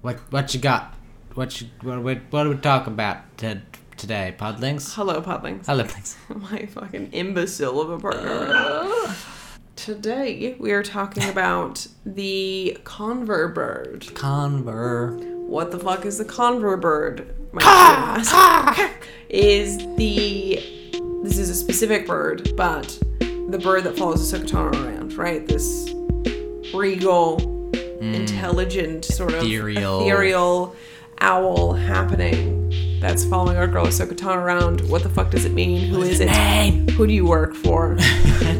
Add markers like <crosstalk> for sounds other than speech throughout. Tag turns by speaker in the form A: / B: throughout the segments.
A: What what you got? What you what we what do we talk about to, today? Podlings.
B: Hello, Podlings.
A: Hello, links.
B: <laughs> My fucking imbecile of a partner. Today we are talking about the conver bird.
A: Conver.
B: What the fuck is the conver bird? My ask? <laughs> is the this is a specific bird, but the bird that follows the Sokotano around, right? This regal, intelligent sort of
A: Ethereal.
B: Hmm. ethereal owl happening that's following our girl Sokotano around. What the fuck does it mean? Who is it?
A: Name.
B: Who do you work for?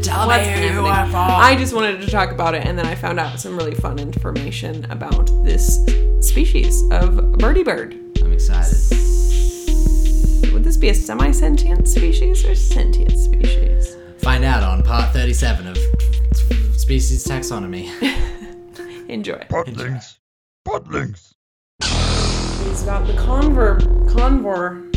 A: Tell
B: What's happening? I just wanted to talk about it, and then I found out some really fun information about this species of birdie bird.
A: I'm excited.
B: Would this be a semi-sentient species or sentient species?
A: Find out on part 37 of species taxonomy. <laughs>
B: Enjoy.
C: Podlings. Podlings.
B: It's about the conver, convor,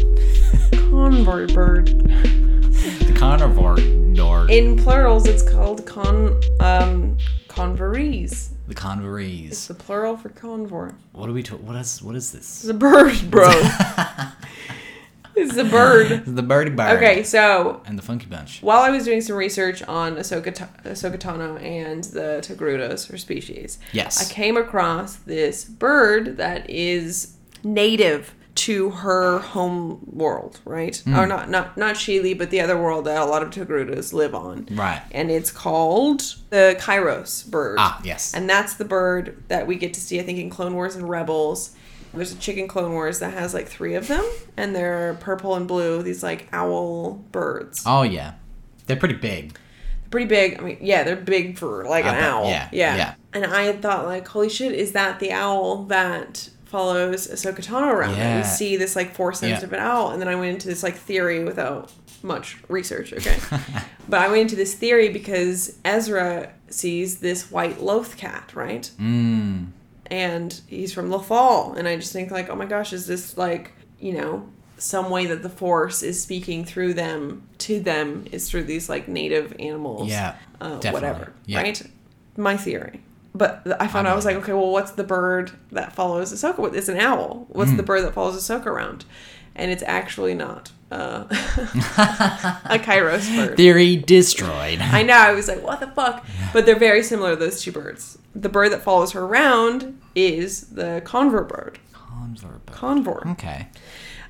B: convor bird.
A: the carnivore dog.
B: In plurals, it's called con, um, convorees.
A: the convorees.
B: It's the plural for convor.
A: What are we talking? What is what is this?
B: It's a bird, bro. it's a bird.
A: The birdie bird.
B: Okay, so
A: And the funky bunch.
B: While I was doing some research on Ahsoka, Ta- Ahsoka Tano and the Togrutas, her species,
A: Yes.
B: I came across this bird that is native to her home world, right? Or
A: Hmm.
B: not, not, not Chile, but the other world that a lot of Togrutas live on.
A: Right.
B: And it's called the Kairos bird.
A: Ah, yes.
B: And that's the bird that we get to see, I think, in Clone Wars and Rebels. There's a chicken Clone Wars that has like three of them, and they're purple and blue, these like owl birds
A: oh yeah, they're pretty <laughs> big.
B: pretty big. I mean, yeah, they're big for like an
A: Apple,
B: owl.
A: yeah,
B: yeah,
A: yeah.
B: And I thought, like, holy shit, is that the owl that follows Ahsoka Tano around? And
A: Yeah.
B: we see this like force sensitive owl, and then I went into this like theory without much
A: <laughs>
B: research. Okay, but I went into this theory because Ezra sees this white loath cat, right?
A: Mm.
B: and he's from Lothal. And I just think like, oh my gosh, is this like, you know, some way that the force is speaking through them to them is through these like native animals.
A: Yeah,
B: Uh,
A: definitely.
B: whatever.
A: Yeah.
B: Right? My theory. But th- I found out I was like, okay, well, what's the bird that follows Ahsoka? What- It's an owl. What's
A: Hmm.
B: the bird that follows Ahsoka around? And it's actually not uh, <laughs> a
A: <laughs>
B: Kairos bird.
A: Theory destroyed.
B: I know. I was like, what the fuck? But they're very similar, those two birds. The bird that follows her around is the convor bird.
A: Convor bird.
B: Convor.
A: Okay.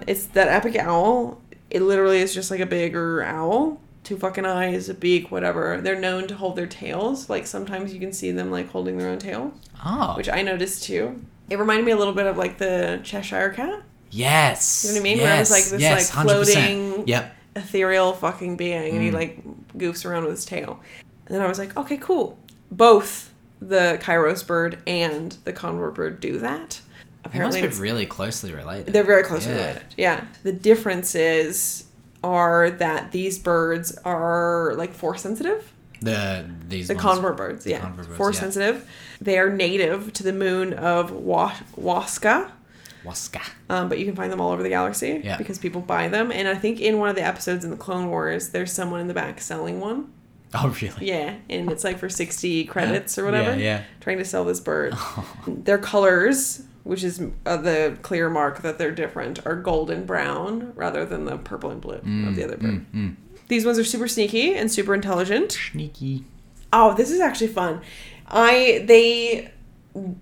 B: It's that epic owl. It literally is just like a bigger owl. Two fucking eyes, a beak, whatever. They're known to hold their tails. Like sometimes you can see them like holding their own tail,
A: Oh.
B: which I noticed too. It reminded me a little bit of like the Cheshire cat,
A: yes.
B: You know what I mean?
A: Yes.
B: Where I was like this,
A: yes,
B: like,
A: 100%.
B: floating-
A: Yep.
B: ethereal fucking being,
A: Mm.
B: and he like goofs around with his tail. And then I was like, okay, cool. Both the Kairos bird and the Condor bird do that.
A: They must
B: Apparently,
A: be
B: it's-
A: really closely related.
B: they're very closely
A: Yeah.
B: related. Yeah. The differences are that these birds are like force sensitive.
A: the these
B: The
A: ones-
B: convert birds, yeah,
A: convert birds,
B: force
A: yeah.
B: sensitive. They are native to the moon of Wa- Waska,
A: Waska.
B: um, but you can find them all over the galaxy
A: Yeah.
B: because people buy them. And I think in one of the episodes in the Clone Wars, there's someone in the back selling one.
A: Oh really?
B: Yeah, and it's like for 60 credits or
A: Yeah,
B: whatever.
A: yeah.
B: Trying to sell
A: <laughs>
B: this bird. Their colors, which is uh, the clear mark that they're different, are gold and brown rather than the purple and blue
A: Mm,
B: of the other bird. These ones are super sneaky and super intelligent.
A: Sneaky.
B: Oh, this is actually fun. I they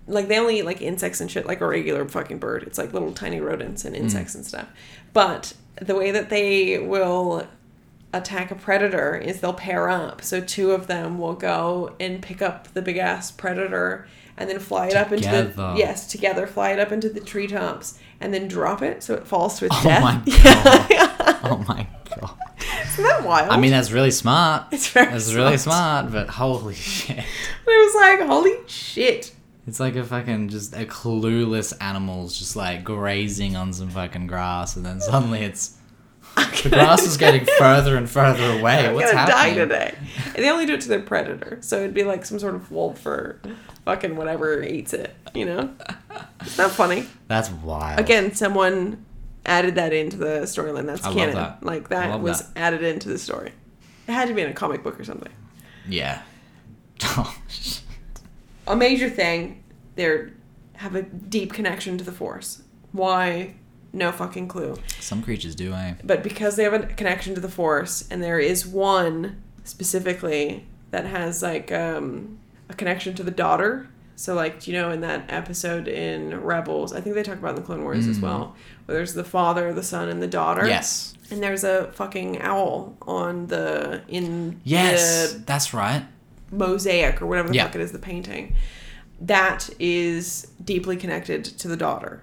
B: like they only eat like insects and shit like a regular fucking bird. It's like little tiny rodents
A: Mm.
B: and insects and stuff. But the way that they will attack a predator is they'll pair up. So two of them will go and pick up the big ass predator and then fly it up into the
A: Together.
B: yes together fly it up into the treetops and then drop it so it falls to its
A: Oh
B: death.
A: my
B: <laughs> Yeah.
A: Oh my god.
B: <laughs> Isn't that wild?
A: I mean that's really smart.
B: <laughs> It's very
A: That's really smart, but holy shit.
B: it was like holy shit.
A: It's like a fucking just a clueless animal's just like grazing on some fucking grass, and then suddenly it's the grass is
B: <laughs>
A: getting further and further away. What's
B: gonna
A: happening?
B: die today. And they only do it to their predator, so it'd be like some sort of wolf or fucking whatever eats it. You know, it's not funny.
A: That's wild.
B: Again, someone added that into the storyline. That's
A: I love
B: canon.
A: that.
B: Like
A: I
B: that
A: love
B: was
A: that.
B: added into the story. It had to be in a comic book or something.
A: Yeah. Oh, shit.
B: A major thing. They're have a deep connection to the Force. Why? No fucking clue.
A: <laughs> Some creatures do, eh?
B: But because they have a connection to the Force, and there is one specifically that has like um, a connection to the daughter. So, like, you know, in that episode in Rebels, I think they talk about it in the Clone Wars as well, where there's the father, the son, and the daughter.
A: Mm-hmm. Yes.
B: And there's a fucking owl on the in
A: Yes.
B: the
A: that's right.
B: mosaic or whatever the
A: Yeah.
B: fuck it is, the painting. That is deeply connected to the daughter.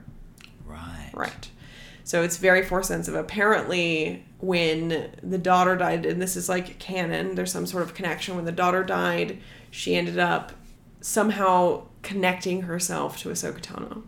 A: Right.
B: Right. So it's very force sensitive. Apparently, when the daughter died, and this is like canon, there's some sort of connection. When the daughter died, she ended up somehow connecting herself to Ahsoka Tano.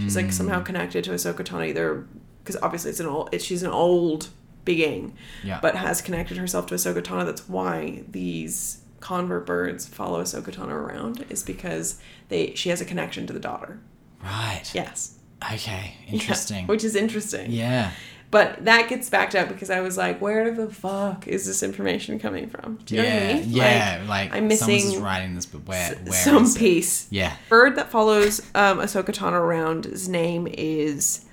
B: She's
A: Hmm.
B: like somehow connected to Ahsoka Tano, either because obviously it's an old, it, she's an old being,
A: Yeah.
B: but has connected herself to Ahsoka Tano. That's why these convert birds follow Ahsoka Tano around is because they she has a connection to the daughter.
A: Right.
B: Yes. <laughs>
A: Okay.
B: Yeah,
A: Interesting. Yeah.
B: which is interesting. But that gets backed up because I was like, where the fuck is this information coming from? Do you know
A: yeah.
B: what I mean?
A: Yeah.
B: Like,
A: Like,
B: I'm
A: Someone's
B: missing
A: just writing this, but where? where is
B: some
A: it?
B: piece.
A: Yeah.
B: Bird that follows um, Ahsoka Tano around, his name is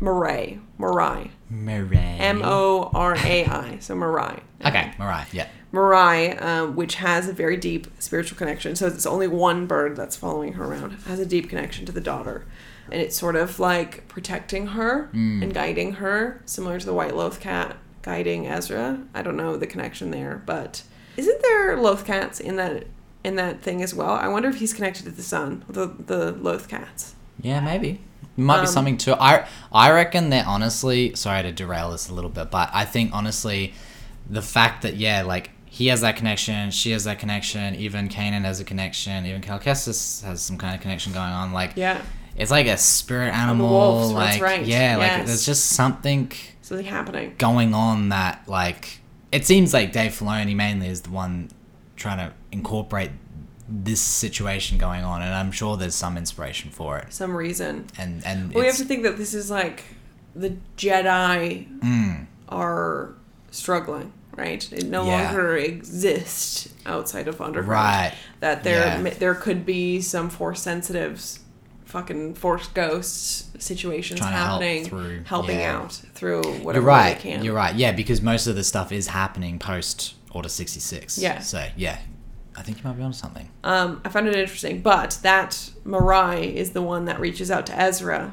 B: Marai. Marai.
A: Marai.
B: M O R A I. So Marai.
A: Okay. Marai. Yeah.
B: Marai, um, which has a very deep spiritual connection. So it's only one bird that's following her around, has a deep connection to the daughter. And it's sort of like protecting her and guiding her, similar to the white loath cat guiding Ezra. I don't know the connection there, but isn't there loath cats in that in that thing as well? I wonder if he's connected to the sun, the the loath cats.
A: Yeah, maybe. Might be something too. I I reckon they're honestly sorry to derail this a little bit, but I think honestly, the fact that yeah, like he has that connection, she has that connection, even Kanan has a connection, even Calcestis has some kind of connection going on. Like
B: Yeah.
A: it's like a spirit animal.
B: wolves,
A: like
B: that's right.
A: yeah, like
B: Yes.
A: there's just something
B: Something happening.
A: going on that like it seems like Dave Filoni mainly is the one trying to incorporate this situation going on, and I'm sure there's some inspiration for it.
B: Some reason.
A: And and
B: Well, we have
A: it's-
B: to think that this is like the Jedi
A: Hmm.
B: are struggling, right? It no
A: Yeah.
B: longer exists outside of Underground.
A: Right.
B: That there
A: Yeah.
B: there could be some Force sensitives, fucking Force ghosts situations
A: Trying to help
B: happening,
A: through-
B: helping
A: yeah.
B: out through
A: You're
B: whatever way they
A: right.
B: can.
A: You're right. Yeah, because most of the stuff is happening post Order 66.
B: Yeah.
A: So, yeah. I think you might be onto something.
B: Um, I found it interesting, but that Marai is the one that reaches out to Ezra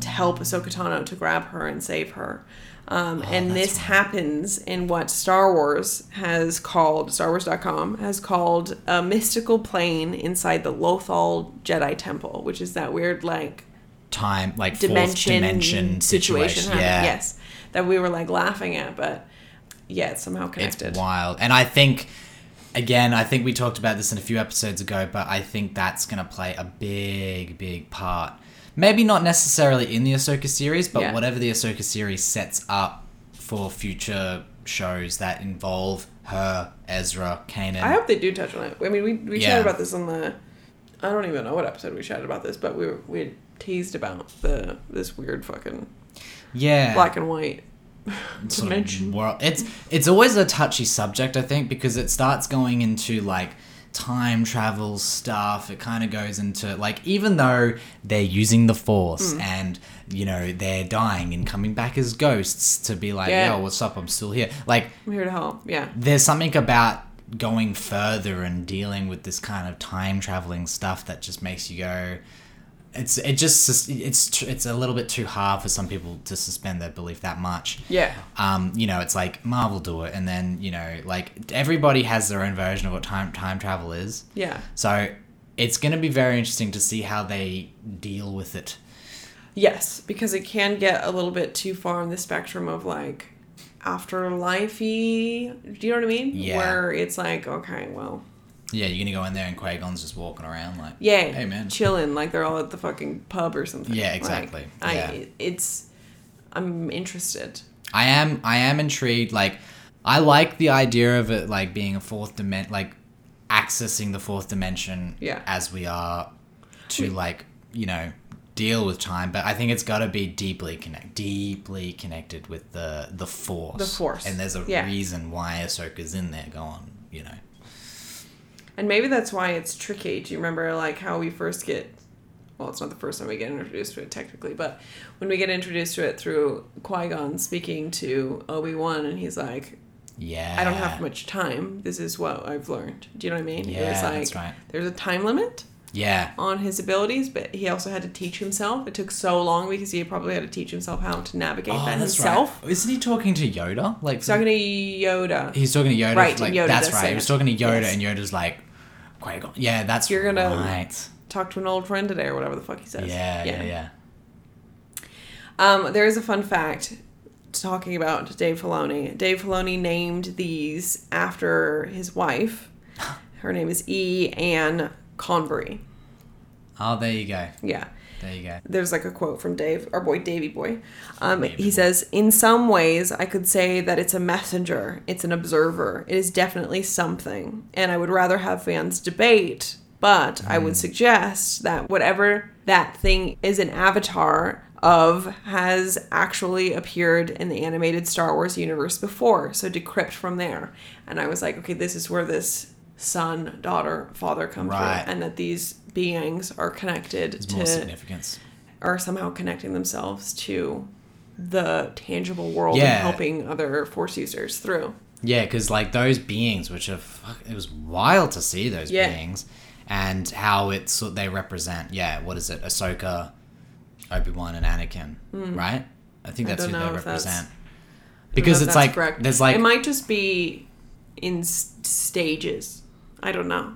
B: to help Ahsoka Tano to grab her and save her. Um, and
A: Oh, that's
B: this happens in what Star Wars has called, StarWars.com has called a mystical plane inside the Lothal Jedi Temple, which is that weird, like,
A: Time, like fourth
B: dimension,
A: dimension situation.
B: happening.
A: yeah.
B: Yes. That we were, like, laughing at, but yeah, it's somehow connected.
A: It's wild. And I think, again, I think we talked about this in a few episodes ago, but I think that's going to play a big, big part. Maybe not necessarily in the Ahsoka series, but
B: Yeah.
A: whatever the Ahsoka series sets up for future shows that involve her, Ezra, Kanan.
B: I hope they do touch on it. I mean, we we
A: Yeah.
B: chatted about this on the. I don't even know what episode we chatted about this, but we were, we had teased about the this weird fucking
A: yeah.
B: black and white
A: sort of
B: dimension.
A: world. It's it's always a touchy subject, I think, because it starts going into like time travel stuff. It kind of goes into like even though they're using the force
B: Hmm.
A: and you know they're dying and coming back as ghosts to be like,
B: Yeah.
A: yo, what's up? I'm still here. Like
B: I'm here to help. Yeah,
A: there's something about going further and dealing with this kind of time traveling stuff that just makes you go it's it just it's tr- it's a little bit too hard for some people to suspend their belief that much
B: yeah,
A: um, you know, it's like Marvel do it, and then you know, like everybody has their own version of what time time travel is.
B: yeah,
A: So it's going to be very interesting to see how they deal with it.
B: yes. Because it can get a little bit too far on the spectrum of like afterlifey. Do you know what I mean?
A: Yeah.
B: Where it's like, okay, well,
A: Yeah, you're going to go in there, and Qui-Gon's just walking around like,
B: yeah,
A: hey man,
B: chilling like they're all at the fucking pub or something.
A: Yeah,
B: Like,
A: exactly.
B: I
A: Yeah.
B: it's I'm interested.
A: I am I am intrigued. Like I like the idea of it like being a fourth dimension, like accessing the fourth dimension
B: Yeah.
A: as we are to like you know deal with time. But I think it's got to be deeply connect, deeply connected with the the force.
B: The Force,
A: And there's a
B: yeah.
A: reason why Ahsoka's in there. Go on, you know.
B: And maybe that's why it's tricky. Do you remember like how we first get well, it's not the first time we get introduced to it technically, but when we get introduced to it through Qui Gon speaking to Obi Wan, and he's like,
A: Yeah.
B: I don't have much time. This is what I've learned. Do you know what I mean?
A: Yeah,
B: it's like
A: that's right.
B: there's a time limit
A: Yeah.
B: on his abilities, but he also had to teach himself. It took so long because he probably had to teach himself how to navigate
A: Oh,
B: that
A: that's
B: himself.
A: right. Isn't he talking to Yoda? Like
B: He's talking to Yoda.
A: he's talking to Yoda.
B: Right,
A: like
B: Yoda,
A: that's
B: that's
A: right.
B: it.
A: He was talking to Yoda,
B: Yes.
A: and Yoda's like, Qui Gon. Yeah, that's
B: You're gonna-
A: right.
B: Talk to an old friend today, or whatever the fuck he says.
A: Yeah, yeah, yeah.
B: Um, there is a fun fact talking about Dave Filoni. Dave Filoni named these after his wife. Her name is E. Ann Convery.
A: Oh, there you go.
B: Yeah.
A: There you go.
B: There's like a quote from Dave, our boy Davy Boy. Um,
A: Davey
B: he
A: Boy.
B: says, In some ways, I could say that it's a messenger, it's an observer, it is definitely something. And I would rather have fans debate, but I
A: Mm.
B: would suggest that whatever that thing is an avatar of has actually appeared in the animated Star Wars universe before. So decrypt from there. And I was like, okay, this is where this son, daughter, father come
A: Right.
B: through, and that these beings are connected
A: There's
B: to
A: more significance.
B: are somehow connecting themselves to the tangible world
A: Yeah.
B: and helping other force users through.
A: Yeah, because like those beings, which are fuck, it was wild to see those
B: Yeah.
A: beings and how it's what they represent. Yeah, what is it? Ahsoka, Obi Wan, and Anakin, right? I think
B: Hmm. I
A: that's who they
B: don't know if that's-
A: represent.
B: I don't know
A: Because
B: if
A: it's
B: that's
A: like there's like
B: it might just be in s- stages. I don't know.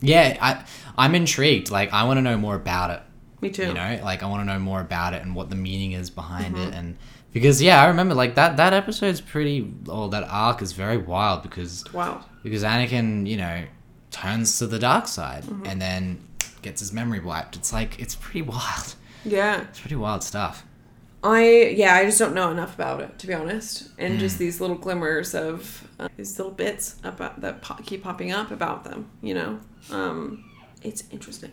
A: yeah, I I'm intrigued. Like I want to know more about it.
B: Me too.
A: You know, like I want to know more about it and what the meaning is behind
B: Mm-hmm.
A: it, and because yeah, I remember like that that episode's pretty, or that arc is very wild because
B: Wow.
A: because Anakin, you know, turns to the dark side
B: Mm-hmm.
A: and then gets his memory wiped. It's like it's pretty wild.
B: Yeah.
A: It's pretty wild stuff.
B: I yeah, I just don't know enough about it to be honest,
A: Hmm.
B: and just these little glimmers of uh, these little bits about that po- keep popping up about them. You know, um, it's interesting.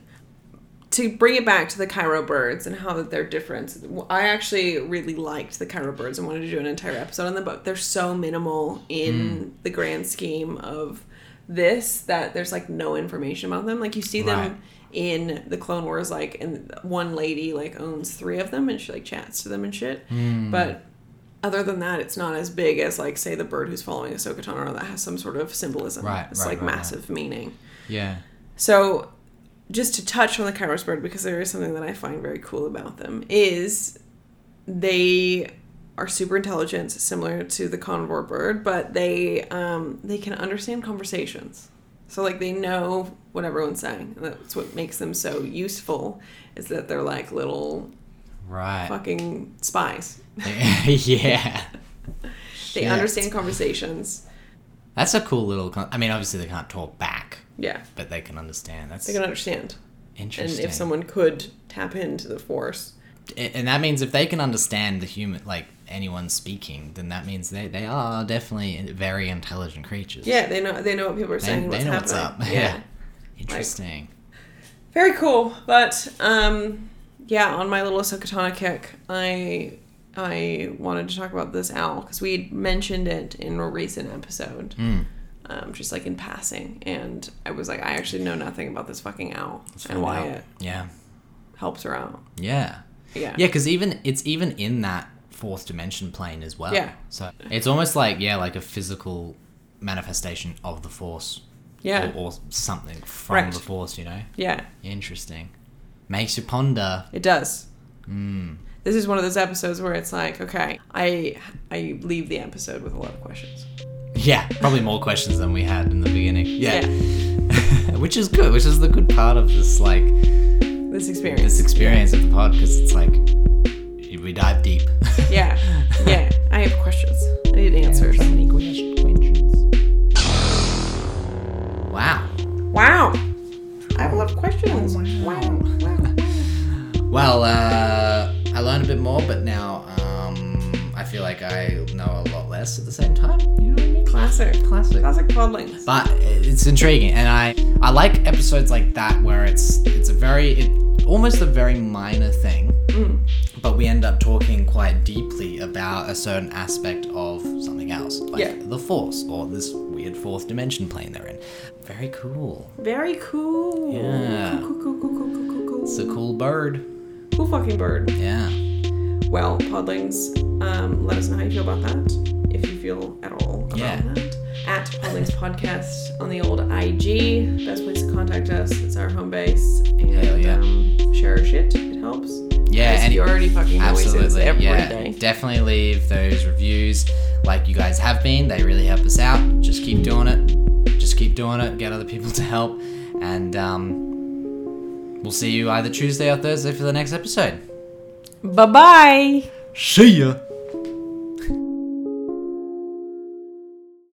B: To bring it back to the Cairo birds and how that they're different, I actually really liked the Cairo birds and wanted to do an entire episode on them, but they're so minimal
A: Hmm.
B: in the grand scheme of this that there's like no information about them. Like you see
A: Right.
B: them in the Clone Wars, like, and one lady like owns three of them, and she like chats to them and shit.
A: Hmm.
B: But other than that, it's not as big as like say the bird who's following Ahsoka Tano that has some sort of symbolism.
A: Right,
B: it's
A: right,
B: like
A: right, right.
B: massive meaning.
A: Yeah.
B: So, just to touch on the Kairos bird, because there is something that I find very cool about them, is they are super intelligent, similar to the carnivore bird, but they um, they can understand conversations. So like they know what everyone's saying. And that's what makes them so useful, is that they're like little
A: Right.
B: fucking spies.
A: <laughs> yeah.
B: They
A: Shit.
B: understand conversations.
A: That's a cool little. Con- I mean, obviously they can't talk back,
B: Yeah,
A: but they can understand. That's
B: they can understand. And
A: interesting.
B: if someone could tap into the force,
A: A- and that means if they can understand the human, like anyone speaking, then that means they they are definitely very intelligent creatures.
B: yeah, they know they know what people are
A: They,
B: saying.
A: they
B: what's
A: know
B: happening.
A: what's up. <laughs>
B: yeah.
A: Interesting.
B: Very cool, but um, yeah, on my little Sokatana kick, I I wanted to talk about this owl because we had mentioned it in a recent episode, um, just like in passing, and I was like, I actually know nothing about this fucking owl and
A: Found
B: why
A: out.
B: it
A: Yeah.
B: helps her out.
A: Yeah.
B: Yeah,
A: Yeah, because even it's even in that fourth dimension plane as well.
B: Yeah.
A: So it's almost like yeah, like a physical manifestation of the force.
B: yeah,
A: Or, or something from
B: Right.
A: the force. You know.
B: yeah.
A: Interesting. Makes you ponder.
B: It does. This is one of those episodes where it's like, okay, I I leave the episode with a lot of questions.
A: Yeah. Probably more questions than we had in the beginning. Yeah. <laughs> which is good. Which is the good part of this like
B: This
A: this
B: experience.
A: experience of the pod because it's like we dive deep.
B: Yeah, yeah. I have questions. I need answers.
A: <laughs> Wow.
B: Wow. I have a lot of questions. Wow.
A: Well, uh, I learned a bit more, but now um, I feel like I know a lot less at the same time. You know what I mean?
B: Classic.
A: Classic.
B: Classic podlings.
A: But it's intriguing, and I I like episodes like that where it's it's a very it, almost a very minor thing,
B: Mm.
A: but we end up talking quite deeply about a certain aspect of something else. else, like
B: Yeah.
A: the Force or this weird fourth dimension plane they're in. Very cool.
B: Very cool.
A: Yeah.
B: Cool, cool, cool, cool, cool, cool,
A: It's
B: cool.
A: a cool bird.
B: Cool fucking bird.
A: Yeah.
B: Well, podlings, um, let us know how you feel about that. If you feel at all about
A: Yeah.
B: that. At Podlings Podcast on the old IG. Best place to contact us. It's our home base. And
A: Hell yeah.
B: um, share our shit. It helps.
A: Yeah,
B: As
A: and-
B: you already fucking always is
A: Absolutely.
B: every day.
A: yeah. Definitely leave those reviews like you guys have been. They really help us out. Just keep doing it. Just keep doing it. Get other people <laughs> to help. And um, we'll see you either Tuesday or Thursday for the next episode.
B: Bye bye.
A: See ya.